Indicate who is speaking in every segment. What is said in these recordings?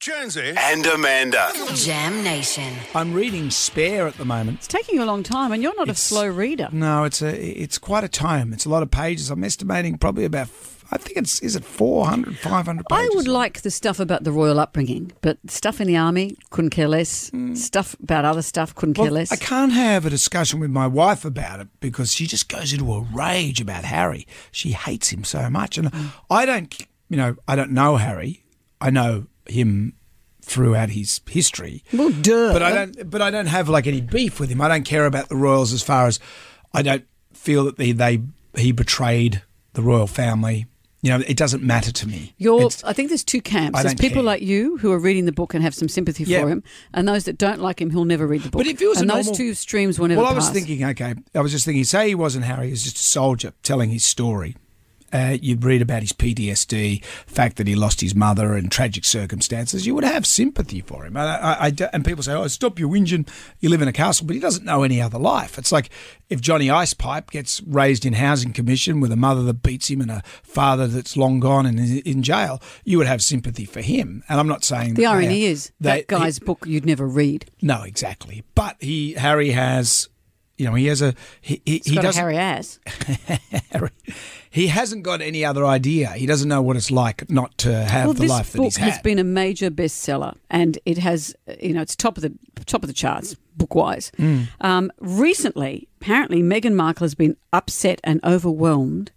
Speaker 1: Jonesy.
Speaker 2: and Amanda.
Speaker 3: Jam Nation.
Speaker 4: I'm reading Spare at the moment.
Speaker 5: It's taking you a long time, and you're not
Speaker 4: It's-
Speaker 5: a slow reader.
Speaker 4: No, it's a it's quite a tome. It's a lot of pages. I'm estimating probably about f- I think it's is it 400 500
Speaker 5: I
Speaker 4: pages.
Speaker 5: would like the stuff about the royal upbringing, but stuff in the army couldn't care less.
Speaker 4: Hmm.
Speaker 5: Stuff about other stuff couldn't care
Speaker 4: well,
Speaker 5: less.
Speaker 4: I can't have a discussion with my wife about it because she just goes into a rage about Harry. She hates him so much, and I don't, you know, I don't know Harry. I know him throughout his history.
Speaker 5: Well, duh.
Speaker 4: But I don't. But I don't have like any beef with him. I don't care about the royals as far as I don't feel that they they he betrayed the royal family. You know, it doesn't matter to me.
Speaker 5: You're,
Speaker 4: It's-
Speaker 5: I think there's two camps.
Speaker 4: I
Speaker 5: There's
Speaker 4: don't
Speaker 5: people
Speaker 4: care.
Speaker 5: like you who are reading the book and have some sympathy
Speaker 4: Yeah.
Speaker 5: for him, and those that don't like him, he'll never read the book.
Speaker 4: But if he was a
Speaker 5: and those
Speaker 4: normal-
Speaker 5: two streams will never
Speaker 4: well, I was
Speaker 5: pass.
Speaker 4: thinking, okay, I was just thinking, say he wasn't Harry, he was just a soldier telling his story. Uh, you'd read about his PTSD, fact that he lost his mother, and tragic circumstances. You would have sympathy for him. And, I, I, I do- and people say, "Oh, stop your whinging! You live in a castle," but he doesn't know any other life. It's like if Johnny Icepipe gets raised in housing commission with a mother that beats him and a father that's long gone and is in jail, you would have sympathy for him. And I'm not saying
Speaker 5: the
Speaker 4: that they
Speaker 5: irony
Speaker 4: are-
Speaker 5: is
Speaker 4: they-
Speaker 5: that guy's book you'd never read.
Speaker 4: no, exactly. But he Harry has, you know, he has a he he,
Speaker 5: He's
Speaker 4: he
Speaker 5: got a
Speaker 4: doesn't
Speaker 5: hairy ass.
Speaker 4: Harry, he hasn't got any other idea. He doesn't know what it's like not to have
Speaker 5: well,
Speaker 4: the
Speaker 5: this
Speaker 4: life that
Speaker 5: book
Speaker 4: he's had.
Speaker 5: has been a major bestseller, and it has, you know, it's top of the top of the charts book wise.
Speaker 4: Hmm.
Speaker 5: Um, recently, apparently, Meghan Markle has been upset and overwhelmed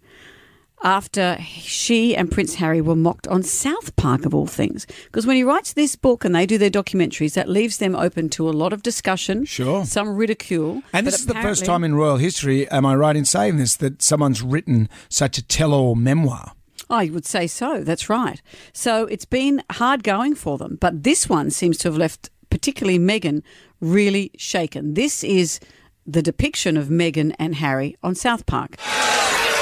Speaker 5: after she and Prince Harry were mocked on South Park of all things. Because when he writes this book and they do their documentaries, that leaves them open to a lot of discussion,
Speaker 4: Sure.
Speaker 5: some ridicule, But
Speaker 4: and this is the first
Speaker 5: apparently-
Speaker 4: time in royal history, am I right in saying this, that someone's written such a tell-all memoir?
Speaker 5: I would say so. That's right. So it's been hard going for them, but this one seems to have left particularly Meghan really shaken. This is the depiction of Meghan and Harry on South Park.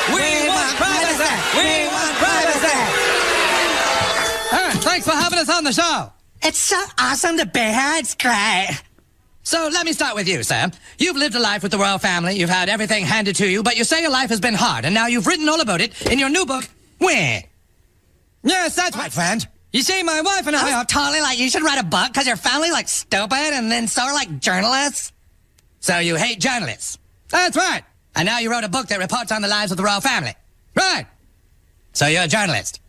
Speaker 6: We want privacy. We want privacy. Aaron, thanks for having us on the show. It's so awesome to be here. It's great. So let me start with you, Sam. You've lived a life with the royal family. You've had everything handed to you, but you say your life has been hard, and now you've written all about it in your new book, Where? Yes, that's my friend. You see, my wife and I are totally like you should write a book because your family's like stupid, and then so are like journalists. So you hate journalists. That's right. And now you wrote a book that reports on the lives of the royal family. Right. So you're a journalist.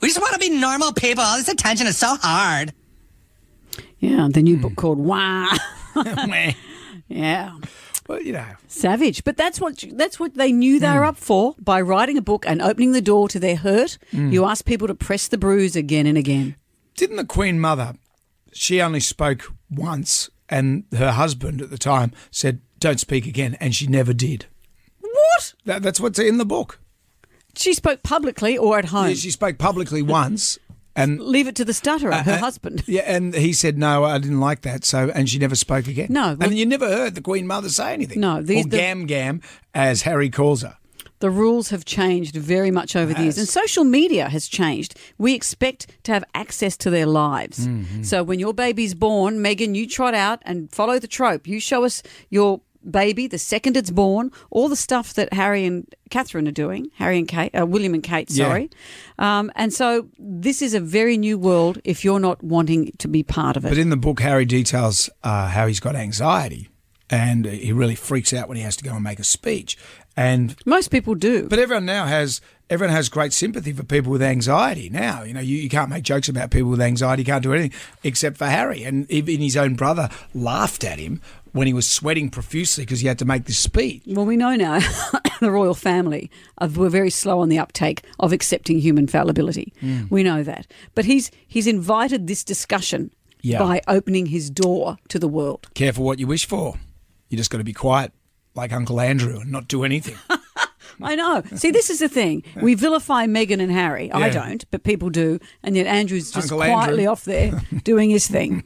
Speaker 6: We just want to be normal people. This attention is so hard.
Speaker 5: Yeah, the new
Speaker 4: Hmm.
Speaker 5: book called Wah. yeah,
Speaker 4: Well, you know,
Speaker 5: savage. But that's what that's what they knew they
Speaker 4: Hmm.
Speaker 5: were up for by writing a book and opening the door to their hurt.
Speaker 4: Hmm.
Speaker 5: You ask people to press the bruise again and again.
Speaker 4: didn't the Queen Mother? She only spoke once, and her husband at the time said, "Don't speak again," and she never did.
Speaker 5: What?
Speaker 4: That, that's what's in the book.
Speaker 5: She spoke publicly or at home.
Speaker 4: Yeah, she spoke publicly once, and
Speaker 5: Leave it to the stutterer, her
Speaker 4: uh,
Speaker 5: husband.
Speaker 4: Yeah, and he said no, I didn't like that. So, and she never spoke again.
Speaker 5: No, well-
Speaker 4: and you never heard the Queen Mother say anything.
Speaker 5: No, the-
Speaker 4: or
Speaker 5: the-
Speaker 4: Gam Gam, as Harry calls her.
Speaker 5: The rules have changed very much over the years, and social media has changed. We expect to have access to their lives.
Speaker 4: Mm-hmm.
Speaker 5: So when your baby's born, Megan, you trot out and follow the trope. You show us your baby the second it's born, all the stuff that Harry and Catherine are doing, Harry and Kate, uh, William and Kate,
Speaker 4: Yeah.
Speaker 5: sorry. Um, and so this is a very new world if you're not wanting to be part of it.
Speaker 4: But in the book, Harry details uh, how he's got anxiety, and he really freaks out when he has to go and make a speech. And
Speaker 5: Most people do.
Speaker 4: But everyone now has everyone has great sympathy for people with anxiety now. You know, you, you can't make jokes about people with anxiety, you can't do anything except for Harry. And even his own brother laughed at him when he was sweating profusely because he had to make this speech.
Speaker 5: Well, we know now the royal family are, were very slow on the uptake of accepting human fallibility.
Speaker 4: Mm.
Speaker 5: We know that, but he's he's invited this discussion
Speaker 4: Yeah.
Speaker 5: by opening his door to the world.
Speaker 4: Careful what you wish for. You just got to be quiet, like Uncle Andrew, and not do anything.
Speaker 5: I know. See, this is the thing: we vilify Meghan and Harry. I
Speaker 4: Yeah.
Speaker 5: don't, but people do, and yet Andrew's just
Speaker 4: Uncle
Speaker 5: quietly
Speaker 4: Andrew.
Speaker 5: off there doing his thing.